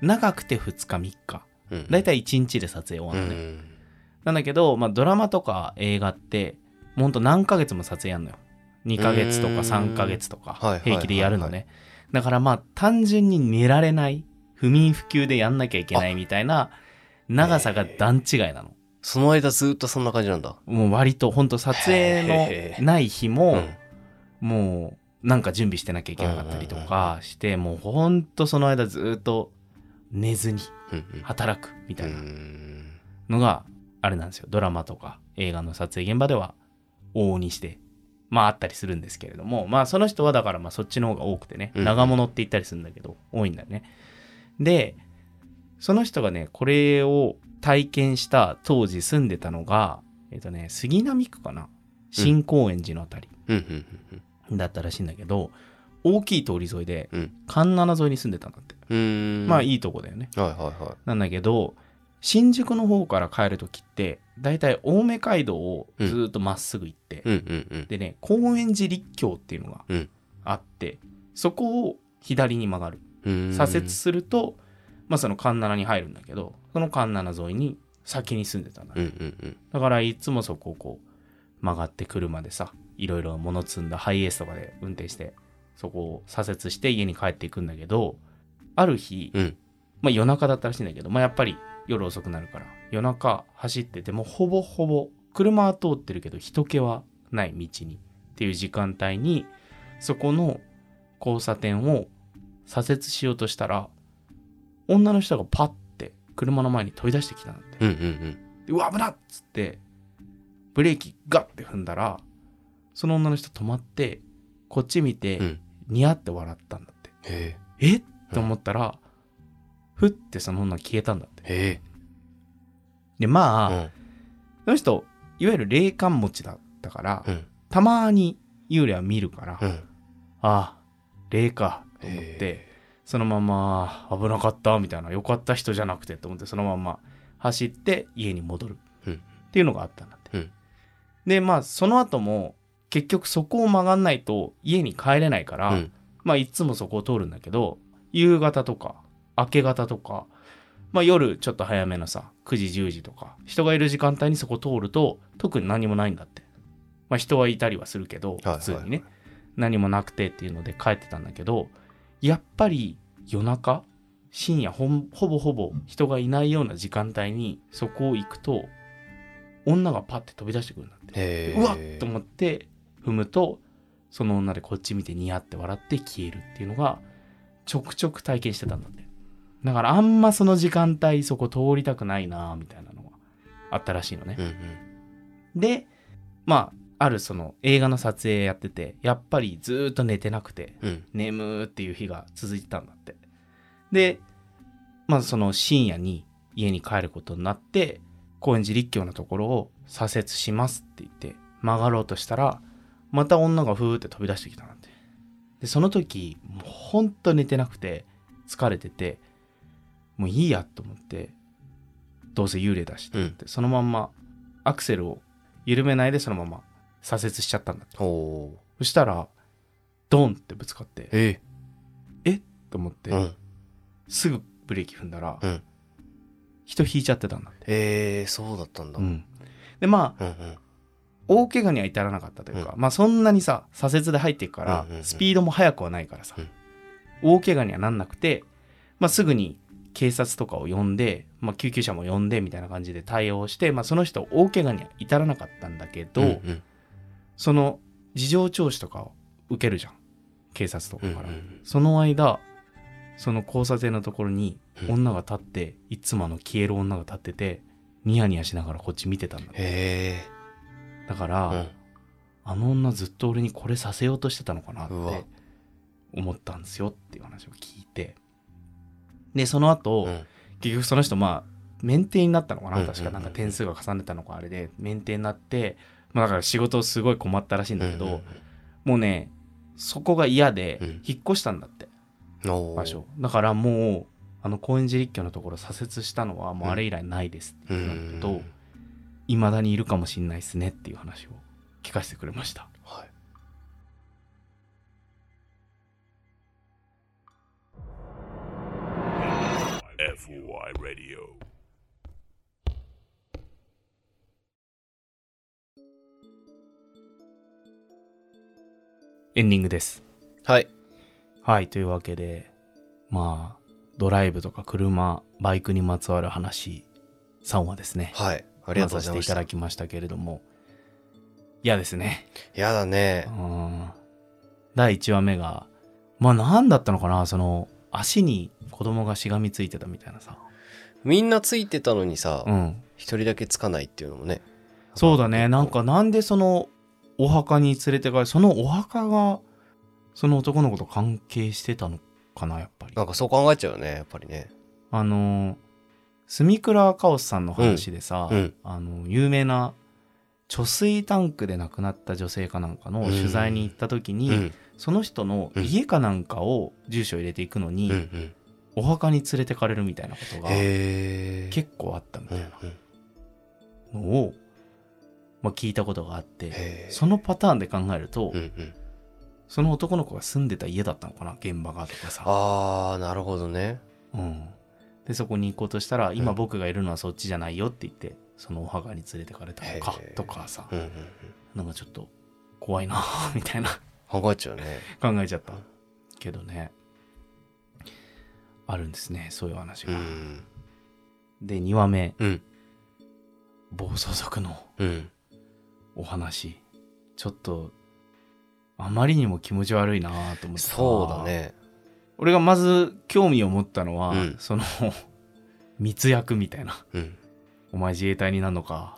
Speaker 2: 長くて2日3日、大体1日で撮影終わ
Speaker 3: う
Speaker 2: るのね。
Speaker 3: ん
Speaker 2: なんだけど、まあ、ドラマとか映画ってもうほんと何ヶ月も撮影やんのよ2ヶ月とか
Speaker 3: うーん
Speaker 2: 3ヶ月とか
Speaker 3: はいはいはい
Speaker 2: 平気でやるのね、だからまあ単純に寝られない不眠不休でやんなきゃいけないみたいな長さが段違いなの、
Speaker 3: その間ずっとそんな感じなんだ
Speaker 2: もう割とほんと撮影の
Speaker 3: へー
Speaker 2: ない日も、
Speaker 3: うん
Speaker 2: もうなんか準備してなきゃいけなかったりとかして、もうほんとその間ずっと寝ずに
Speaker 3: うんうん
Speaker 2: 働くみたいな、
Speaker 3: うん
Speaker 2: のがあれなんですよドラマとか映画の撮影現場では往々にしてまああったりするんですけれどもまあその人はだからまあそっちの方が多くてね
Speaker 3: うん
Speaker 2: 長物って言ったりするんだけど、多いんだよねでその人がねこれを体験した当時住んでたのがえっ、とね杉並区かな新高円寺のあたり
Speaker 3: うんうんうん
Speaker 2: だったらしいんだけど、大きい通り沿いで
Speaker 3: うん
Speaker 2: 環七沿いに住んでたんだって、
Speaker 3: うんうん
Speaker 2: まあいいとこだよね
Speaker 3: はいはいはい
Speaker 2: なんだけど新宿の方から帰る時ってだいたい青梅街道をずーっとまっすぐ行って、
Speaker 3: うんうんうん
Speaker 2: でね高円寺立教っていうのが
Speaker 3: うん
Speaker 2: あって、そこを左に曲がる
Speaker 3: うん
Speaker 2: 左折すると、まあその環七に入るんだけどその環七沿いに先に住んでたんだ、
Speaker 3: うんうんうん
Speaker 2: だからいつもそこをこう曲がって車でさいろいろ物積んだハイエースとかで運転してそこを左折して家に帰っていくんだけどある日、
Speaker 3: うん
Speaker 2: まあ、夜中だったらしいんだけど、まあ、やっぱり夜遅くなるから夜中走っててもうほぼほぼ車は通ってるけど人気はない道にっていう時間帯にそこの交差点を左折しようとしたら女の人がパッて車の前に飛び出してきたんだって。
Speaker 3: うんうん
Speaker 2: でうわ危なっつってブレーキガッて踏んだらその女の人止まってこっち見て、
Speaker 3: うん
Speaker 2: ニヤって笑ったんだって
Speaker 3: うんへ
Speaker 2: えっと思ったら、ふってその女消えたんだって
Speaker 3: えへえ
Speaker 2: でまあ、
Speaker 3: うん
Speaker 2: その人いわゆる霊感持ちだったから、
Speaker 3: うん
Speaker 2: たまに幽霊は見るから、
Speaker 3: う
Speaker 2: あ
Speaker 3: ん
Speaker 2: あ霊かと思っ
Speaker 3: へ
Speaker 2: て
Speaker 3: え
Speaker 2: そのまま危なかったみたいなよかった人じゃなくてと思ってそのまま走って家に戻る
Speaker 3: うん
Speaker 2: っていうのがあったんだって、
Speaker 3: うん
Speaker 2: でまあその後も結局そこを曲がんないと家に帰れないから、
Speaker 3: うん
Speaker 2: まあいつもそこを通るんだけど夕方とか明け方とか、まあ、夜ちょっと早めのさ9時10時とか人がいる時間帯にそこ通ると特に何もないんだって、まあ、人はいたりはするけど
Speaker 3: はいはい
Speaker 2: 普通にね、何もなくてっていうので帰ってたんだけどやっぱり夜中深夜ほんほぼほぼ人がいないような時間帯にそこを行くと女がパッて飛び出してくるんだって。
Speaker 3: へー
Speaker 2: うわっと思って踏むとその女でこっち見てニヤって笑って消えるっていうのがちょくちょく体験してたんだってだからあんまその時間帯そこ通りたくないなみたいなのがあったらしいのね
Speaker 3: う、んうん
Speaker 2: でまああるその映画の撮影やっててやっぱりずーっと寝てなくて
Speaker 3: うん
Speaker 2: 眠ーっていう日が続いてたんだってでまあその深夜に家に帰ることになって高円寺立教のところを左折しますって言って曲がろうとしたらまた女がふーって飛び出してきたなんてでその時もうほんと寝てなくて疲れててもういいやと思ってどうせ幽霊だしと思って、そのまんまアクセルを緩めないでそのまま左折しちゃったんだって
Speaker 3: おー
Speaker 2: そしたらドンってぶつかって
Speaker 3: え
Speaker 2: と思って、
Speaker 3: ーうん
Speaker 2: すぐブレーキ踏んだら、
Speaker 3: うん
Speaker 2: 人引いちゃってたんだって、
Speaker 3: えーそうだったんだうん
Speaker 2: んでまあ
Speaker 3: うんうん
Speaker 2: 大怪我には至らなかったというか、まあそんなにさ左折で入っていくから、
Speaker 3: うんうんうん
Speaker 2: スピードも速くはないからさ、
Speaker 3: うん
Speaker 2: 大怪我にはなんなくて、まあ、すぐに警察とかを呼んで、まあ、救急車も呼んでみたいな感じで対応して、まあ、その人大怪我には至らなかったんだけど、
Speaker 3: うんうん
Speaker 2: その事情聴取とかを受けるじゃん警察と
Speaker 3: う
Speaker 2: か
Speaker 3: ん
Speaker 2: から、
Speaker 3: うん
Speaker 2: その間その交差点のところに
Speaker 3: うん
Speaker 2: 女が立って、いつもあの消える女が立っててニヤニヤしながらこっち見てたんだ
Speaker 3: へ
Speaker 2: だから、
Speaker 3: ーうん
Speaker 2: あの女ずっと俺にこれさせようとしてたのかなっ
Speaker 3: うわ
Speaker 2: て思ったんですよっていう話を聞いてでその後、
Speaker 3: うん
Speaker 2: 結局その人まあ免停になったのかな
Speaker 3: うん
Speaker 2: 確
Speaker 3: うんう
Speaker 2: か
Speaker 3: ん
Speaker 2: なんか点数が重ねたのかあれで免停になって、まあ、だから仕事すごい困ったらしいんだけど、
Speaker 3: うん
Speaker 2: もうねそこが嫌で
Speaker 3: うん
Speaker 2: 引っ越したんだって、
Speaker 3: うんおー
Speaker 2: 場所だからもうあの高円寺立教のところ左折したのはもうあれ以来ないですって
Speaker 3: う
Speaker 2: い
Speaker 3: ん
Speaker 2: う
Speaker 3: うんう
Speaker 2: の
Speaker 3: ん
Speaker 2: といまだにいるかもしんないですねっていう話を聞かせてくれました
Speaker 3: はい
Speaker 2: エンディングです
Speaker 3: はい
Speaker 2: はいというわけでまあドライブとか車バイクにまつわる話3話ですね
Speaker 3: はいありがとう
Speaker 2: さ
Speaker 3: ございま
Speaker 2: せて
Speaker 3: し
Speaker 2: いた
Speaker 3: た
Speaker 2: だ
Speaker 3: い
Speaker 2: きましたけれども嫌ですね
Speaker 3: やだね
Speaker 2: うん第1話目がまあ何だったのかなその足に子供がしがみついてたみたいなさ
Speaker 3: みんなついてたのにさ
Speaker 2: うん
Speaker 3: 一人だけつかないっていうのもね
Speaker 2: そうだねなんかなんでそのお墓に連れてかれそのお墓がその男の子と関係してたのかなやっぱり
Speaker 3: なんかそう考えちゃうよねやっぱりね
Speaker 2: あの住倉カオスさんの話でさ、
Speaker 3: うんうん
Speaker 2: あの有名な貯水タンクで亡くなった女性かなんかの取材に行った時
Speaker 3: う
Speaker 2: に、
Speaker 3: んうん
Speaker 2: その人の家かなんかを住所入れていくのに、
Speaker 3: うん
Speaker 2: お墓に連れてかれるみたいなことが
Speaker 3: へえ
Speaker 2: 結構あったみた
Speaker 3: うん
Speaker 2: い
Speaker 3: うん
Speaker 2: なのを、まあ、聞いたことがあって
Speaker 3: へえ
Speaker 2: そのパターンで考えると、
Speaker 3: うんうん
Speaker 2: その男の子が住んでた家だったのかな現場がとかさ、
Speaker 3: ああなるほどね
Speaker 2: うん、でそこに行こうとしたら今
Speaker 3: うん
Speaker 2: 僕がいるのはそっちじゃないよって言ってそのお墓に連れてかれたのか
Speaker 3: へえ
Speaker 2: とかさ
Speaker 3: うんうんうん
Speaker 2: なんかちょっと怖いな みたいな
Speaker 3: 考えちゃうね
Speaker 2: 考えちゃったけどねあるんですねそういう話
Speaker 3: う
Speaker 2: が。
Speaker 3: ん
Speaker 2: で2話目
Speaker 3: うん
Speaker 2: 暴走族の
Speaker 3: うん
Speaker 2: お話ちょっとあまりにも気持ち悪いなと思ってさ
Speaker 3: そうだね
Speaker 2: 俺がまず興味を持ったのは、
Speaker 3: うん
Speaker 2: その 密約みたいな
Speaker 3: うん
Speaker 2: お前自衛隊になるのか、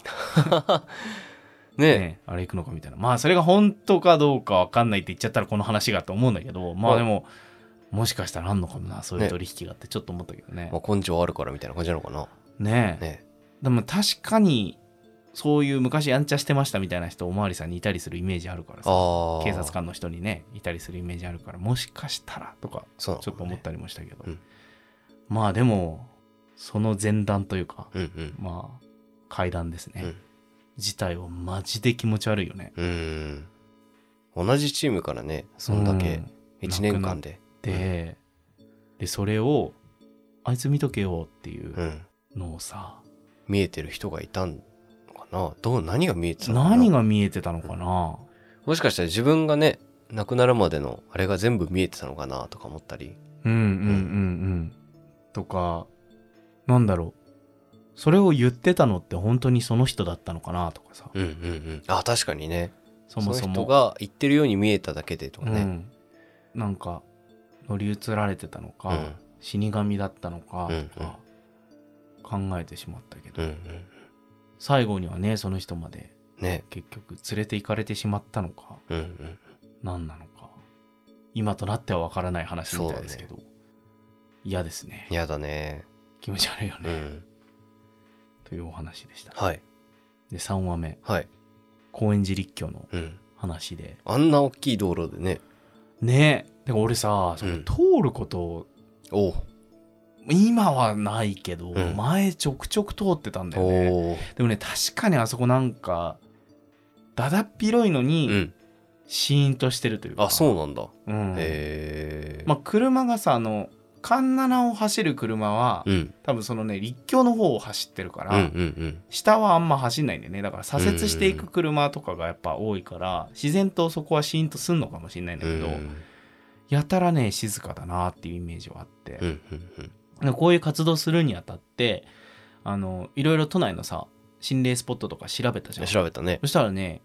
Speaker 3: ね
Speaker 2: ね、あれ行くのかみたいなまあそれが本当かどうかわかんないって言っちゃったらこの話がと思うんだけどまあでも、もしかしたらあんのかもなそういう
Speaker 3: ね
Speaker 2: 取引がってちょっと思ったけどね
Speaker 3: まあ根性あるからみたいな感じなのかな
Speaker 2: ねえ
Speaker 3: ね
Speaker 2: でも確かにそういう昔やんちゃしてましたみたいな人おまわりさんにいたりするイメージあるからさ
Speaker 3: ああ
Speaker 2: 警察官の人にねいたりするイメージあるからもしかしたらとか
Speaker 3: そうなの
Speaker 2: ち
Speaker 3: か
Speaker 2: ょっと
Speaker 3: も
Speaker 2: 思
Speaker 3: ね
Speaker 2: ったりもしたけど、
Speaker 3: うん
Speaker 2: まあでもその前段というか、
Speaker 3: うんうん
Speaker 2: まあ階段ですね、
Speaker 3: うん
Speaker 2: 自体はマジで気持ち悪いよね
Speaker 3: うん同じチームからねそんだ
Speaker 2: う
Speaker 3: け
Speaker 2: ん
Speaker 3: 1年間で
Speaker 2: ででそれをあいつ見とけよっていううんのをさ、
Speaker 3: 見えてる人がいたのかなどう何が見えてたのかな
Speaker 2: 何が見えてたのかな、
Speaker 3: もしかしたら自分がね亡くなるまでのあれが全部見えてたのかなとか思ったり
Speaker 2: うん、うんうんうんとかなんだろうそれを言ってたのって本当にその人だったのかなとかさ
Speaker 3: うんうんうんあ確かにね
Speaker 2: そもそ
Speaker 3: の
Speaker 2: も
Speaker 3: 人が言ってるように見えただけでとか
Speaker 2: う
Speaker 3: ね
Speaker 2: ん、なんか乗り移られてたのか、
Speaker 3: うん
Speaker 2: 死神だったのか
Speaker 3: うん
Speaker 2: とか考えてしまったけど、
Speaker 3: うんうん
Speaker 2: 最後にはねその人まで
Speaker 3: ね
Speaker 2: 結局連れて行かれてしまったのか
Speaker 3: うんうん
Speaker 2: 何なのか今となってはわからない話みたいですけど、嫌ですね
Speaker 3: やだね
Speaker 2: 気持ち悪いよ
Speaker 3: う
Speaker 2: ね、
Speaker 3: ん
Speaker 2: というお話でした
Speaker 3: はい
Speaker 2: で3話目
Speaker 3: はい
Speaker 2: 高円寺立教の
Speaker 3: うん
Speaker 2: 話で
Speaker 3: あんな大きい道路でね
Speaker 2: ねえでも俺さ、その
Speaker 3: うん
Speaker 2: 通ること
Speaker 3: おう
Speaker 2: 今はないけど、
Speaker 3: うん
Speaker 2: 前ちょくちょく通ってたんだよね
Speaker 3: おう
Speaker 2: でもね確かにあそこなんかだだっ広いの
Speaker 3: う
Speaker 2: に
Speaker 3: ん
Speaker 2: シーンとしてるというか、
Speaker 3: あそうなんだ
Speaker 2: うん
Speaker 3: へえ
Speaker 2: まあ車がさあの環七を走る車は、
Speaker 3: うん
Speaker 2: 多分そのね立教の方を走ってるか
Speaker 3: うんう
Speaker 2: ら、
Speaker 3: ん
Speaker 2: 下はあんま走んないんでねだから左折していく車とかがやっぱ多いから、自然とそこはシーンとすんのかもしれないんだ
Speaker 3: うんう
Speaker 2: けど、
Speaker 3: ん
Speaker 2: やたらね静かだなっていうイメージはあって
Speaker 3: うんう、んうん
Speaker 2: でこういう活動するにあたってあのいろいろ都内のさ心霊スポットとか調べたじゃん
Speaker 3: 調べたね
Speaker 2: そしたらね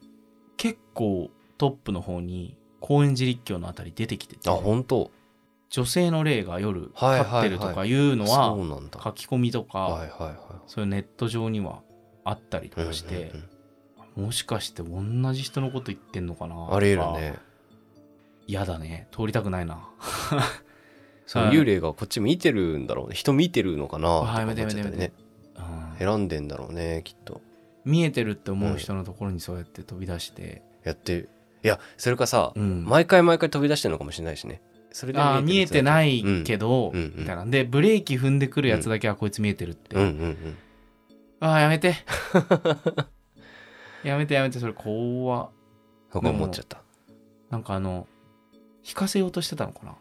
Speaker 2: 結構トップの方に高円寺立教のあたり出てきてて
Speaker 3: あ本当
Speaker 2: 女性の霊が夜立
Speaker 3: はいはいはい
Speaker 2: ってるとかいうのは
Speaker 3: そうなんだ
Speaker 2: 書き込みとか、
Speaker 3: はいはいは
Speaker 2: そういうネット上にはあったり
Speaker 3: い
Speaker 2: とかして、
Speaker 3: うんうん
Speaker 2: もしかして同じ人のこと言ってんのかな
Speaker 3: う
Speaker 2: と
Speaker 3: ん
Speaker 2: か
Speaker 3: ありえるね
Speaker 2: 嫌だね通りたくないな
Speaker 3: その幽霊がこっち見てるんだろうね人見てるのかなとか思っちゃっ た
Speaker 2: はい見てる
Speaker 3: り
Speaker 2: 見て
Speaker 3: ね
Speaker 2: るうん
Speaker 3: 選んでんだろうねきっと
Speaker 2: 見えてるって思う人のところにそうやって飛び出して、
Speaker 3: やっていやそれかさ、
Speaker 2: うん
Speaker 3: 毎回毎回飛び出してるのかもしれないしねそれで
Speaker 2: あー見えて
Speaker 3: い
Speaker 2: ないけど、
Speaker 3: うんうん
Speaker 2: みたいなでブレーキ踏んでくるやつだけはこいつ見えてるって、
Speaker 3: うんうんうん
Speaker 2: あーやめ てやめてやめてそれ怖っ
Speaker 3: 僕は思っちゃった
Speaker 2: なんかあの引かせようとしてたのかな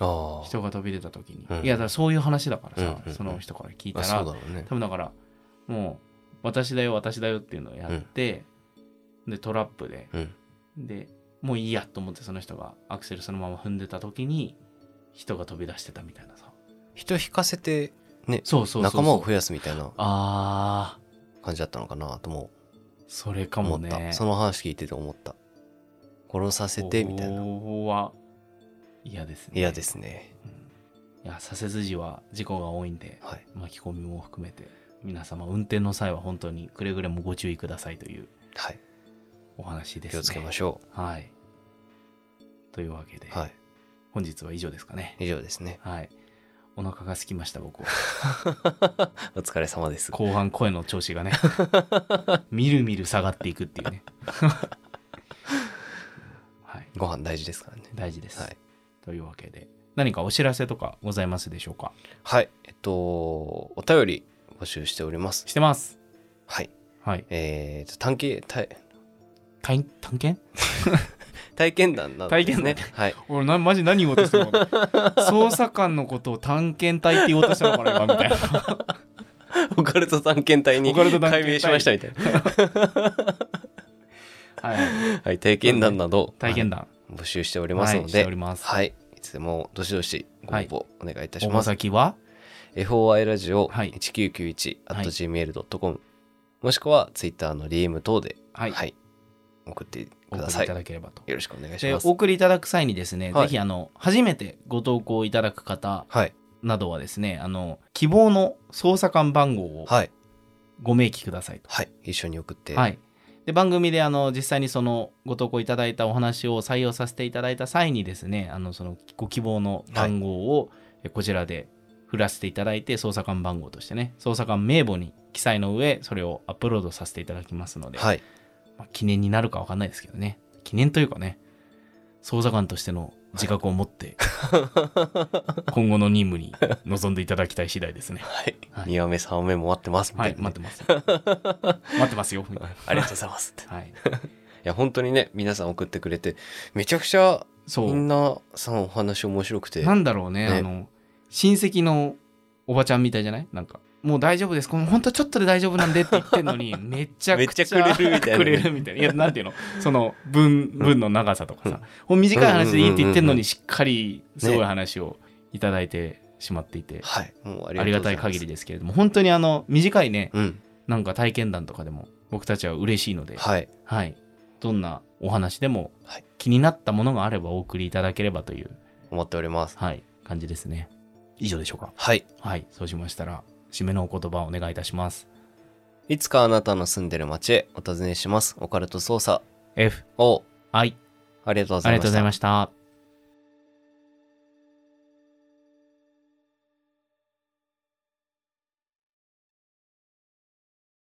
Speaker 3: ああ
Speaker 2: 人が飛び出た時に、
Speaker 3: うん
Speaker 2: いやだからそういう話だからさ、
Speaker 3: うんうんうん
Speaker 2: その人から聞いた
Speaker 3: あ
Speaker 2: ら
Speaker 3: そうだろうね
Speaker 2: 多分だからもう私だよ私だよっていうのをやって、でトラップで
Speaker 3: うん
Speaker 2: でもういいやと思ってその人がアクセルそのまま踏んでた時に人が飛び出してたみたいなさ
Speaker 3: 人引かせてね
Speaker 2: そうそうそうそう
Speaker 3: 仲間を増やすみたいな
Speaker 2: あー
Speaker 3: 感じだったのかなとも
Speaker 2: それか
Speaker 3: 思
Speaker 2: も
Speaker 3: っ
Speaker 2: ね
Speaker 3: た、その話聞いてて思った殺させてみたいな
Speaker 2: ここは嫌ですね
Speaker 3: 嫌ですね
Speaker 2: いや左折時は事故が多いんで
Speaker 3: はい
Speaker 2: 巻き込みも含めて皆様運転の際は本当にくれぐれもご注意くださいという
Speaker 3: はい
Speaker 2: お話です、ね、
Speaker 3: 気をつけましょ
Speaker 2: はいというわけで、
Speaker 3: うはい
Speaker 2: 本日は以上ですかね
Speaker 3: 以上ですね
Speaker 2: はいお腹が空きました僕は
Speaker 3: お疲れ様です
Speaker 2: 後半声の調子 がねみるみる下がっていくっていうねはい
Speaker 3: ご飯大事ですからね
Speaker 2: 大事です、
Speaker 3: はい
Speaker 2: というわけで何かお知らせとかございますでしょうか
Speaker 3: はいえっとお便り募集しております
Speaker 2: してます
Speaker 3: はい
Speaker 2: はい
Speaker 3: えーと探検体
Speaker 2: 体探検
Speaker 3: 体験談なん
Speaker 2: 体
Speaker 3: です
Speaker 2: 験
Speaker 3: ね
Speaker 2: 談
Speaker 3: はい
Speaker 2: 俺なマジ何言おうとした の捜査官のことを探検隊って言おうとしたのかな今みたいな
Speaker 3: オカルト探検隊に
Speaker 2: オカルト探検隊
Speaker 3: 解明しましたみたいな
Speaker 2: はい
Speaker 3: はい体験談など
Speaker 2: 体験
Speaker 3: 談
Speaker 2: 談
Speaker 3: 募集しておりますの
Speaker 2: はいして
Speaker 3: で
Speaker 2: おります
Speaker 3: はいいつでもどしどしご応募お願いいたし
Speaker 2: おま
Speaker 3: ます
Speaker 2: 先は
Speaker 3: FOI ラジオ
Speaker 2: はい
Speaker 3: 1991.gmail.com もしくは Twitter の DM 等で
Speaker 2: はい、
Speaker 3: はい送って
Speaker 2: お
Speaker 3: くだ
Speaker 2: 送り
Speaker 3: さ
Speaker 2: い
Speaker 3: い
Speaker 2: た
Speaker 3: よ
Speaker 2: だければと
Speaker 3: ろしくお願いし
Speaker 2: で
Speaker 3: ま
Speaker 2: お
Speaker 3: す
Speaker 2: 送りいただく際にですね、
Speaker 3: はい
Speaker 2: ぜひあの初めてご投稿いただく方
Speaker 3: はい
Speaker 2: などはですねあの希望の捜査官番号を
Speaker 3: はい
Speaker 2: ご明記くださいと、
Speaker 3: はい一緒に送って
Speaker 2: はい、で番組であの実際にそのご投稿いただいたお話を採用させていただいた際にですねあのそのご希望の番号をえこちらで振らせていただいて、捜査官番号としてね捜査官名簿に記載の上それをアップロードさせていただきますので、
Speaker 3: はい
Speaker 2: まあ記念になるかわかんないですけどね記念というかね捜査官としての自覚を持 って、今後の任務に臨んでいただきたい次第ですね
Speaker 3: はい
Speaker 2: はい
Speaker 3: 2話目3話目も待ってますみ
Speaker 2: は
Speaker 3: た
Speaker 2: い
Speaker 3: いな
Speaker 2: 待っ
Speaker 3: ね
Speaker 2: てます待ってますよ
Speaker 3: ありがとうございますって
Speaker 2: はい
Speaker 3: や本当にね皆さん送ってくれてめちゃくちゃ
Speaker 2: そ
Speaker 3: み
Speaker 2: うん
Speaker 3: なさんお話面白くて
Speaker 2: なんだろうね
Speaker 3: ね
Speaker 2: あの親戚のおばちゃんみたいじゃないなんかもう大丈夫ですこのほんとちょっとで大丈夫なんでって言ってるのにめちゃくちゃ
Speaker 3: めっちゃくれるみたいな
Speaker 2: く
Speaker 3: ね
Speaker 2: れるみたいないやなんていうのその文文の長さとかさ、もう短い話でいいって言ってるのにしっかりすごい話をいただいてしまっていて、
Speaker 3: はいもうあ
Speaker 2: あり
Speaker 3: り
Speaker 2: が
Speaker 3: がと
Speaker 2: た
Speaker 3: う
Speaker 2: い
Speaker 3: ございます
Speaker 2: 限りですけれども本当にあの短いね
Speaker 3: うん
Speaker 2: なんか体験談とかでも僕たちは嬉しいので、
Speaker 3: はい
Speaker 2: はい、どんなお話でも
Speaker 3: はい
Speaker 2: 気になったものがあればお送りいただければという、
Speaker 3: 思っております
Speaker 2: はい、感じですね。以上でしょうか。
Speaker 3: はい
Speaker 2: はい、そうしましたら、締めのお言葉をお願いいたします。
Speaker 3: いつかあなたの住んでる街へお尋ねしますオカルト捜査
Speaker 2: F、
Speaker 3: を
Speaker 2: I、
Speaker 3: ありがとうご
Speaker 2: あ
Speaker 3: ざ
Speaker 2: り
Speaker 3: い
Speaker 2: が
Speaker 3: ま
Speaker 2: とうご
Speaker 3: し
Speaker 2: ざ
Speaker 3: た
Speaker 2: いました。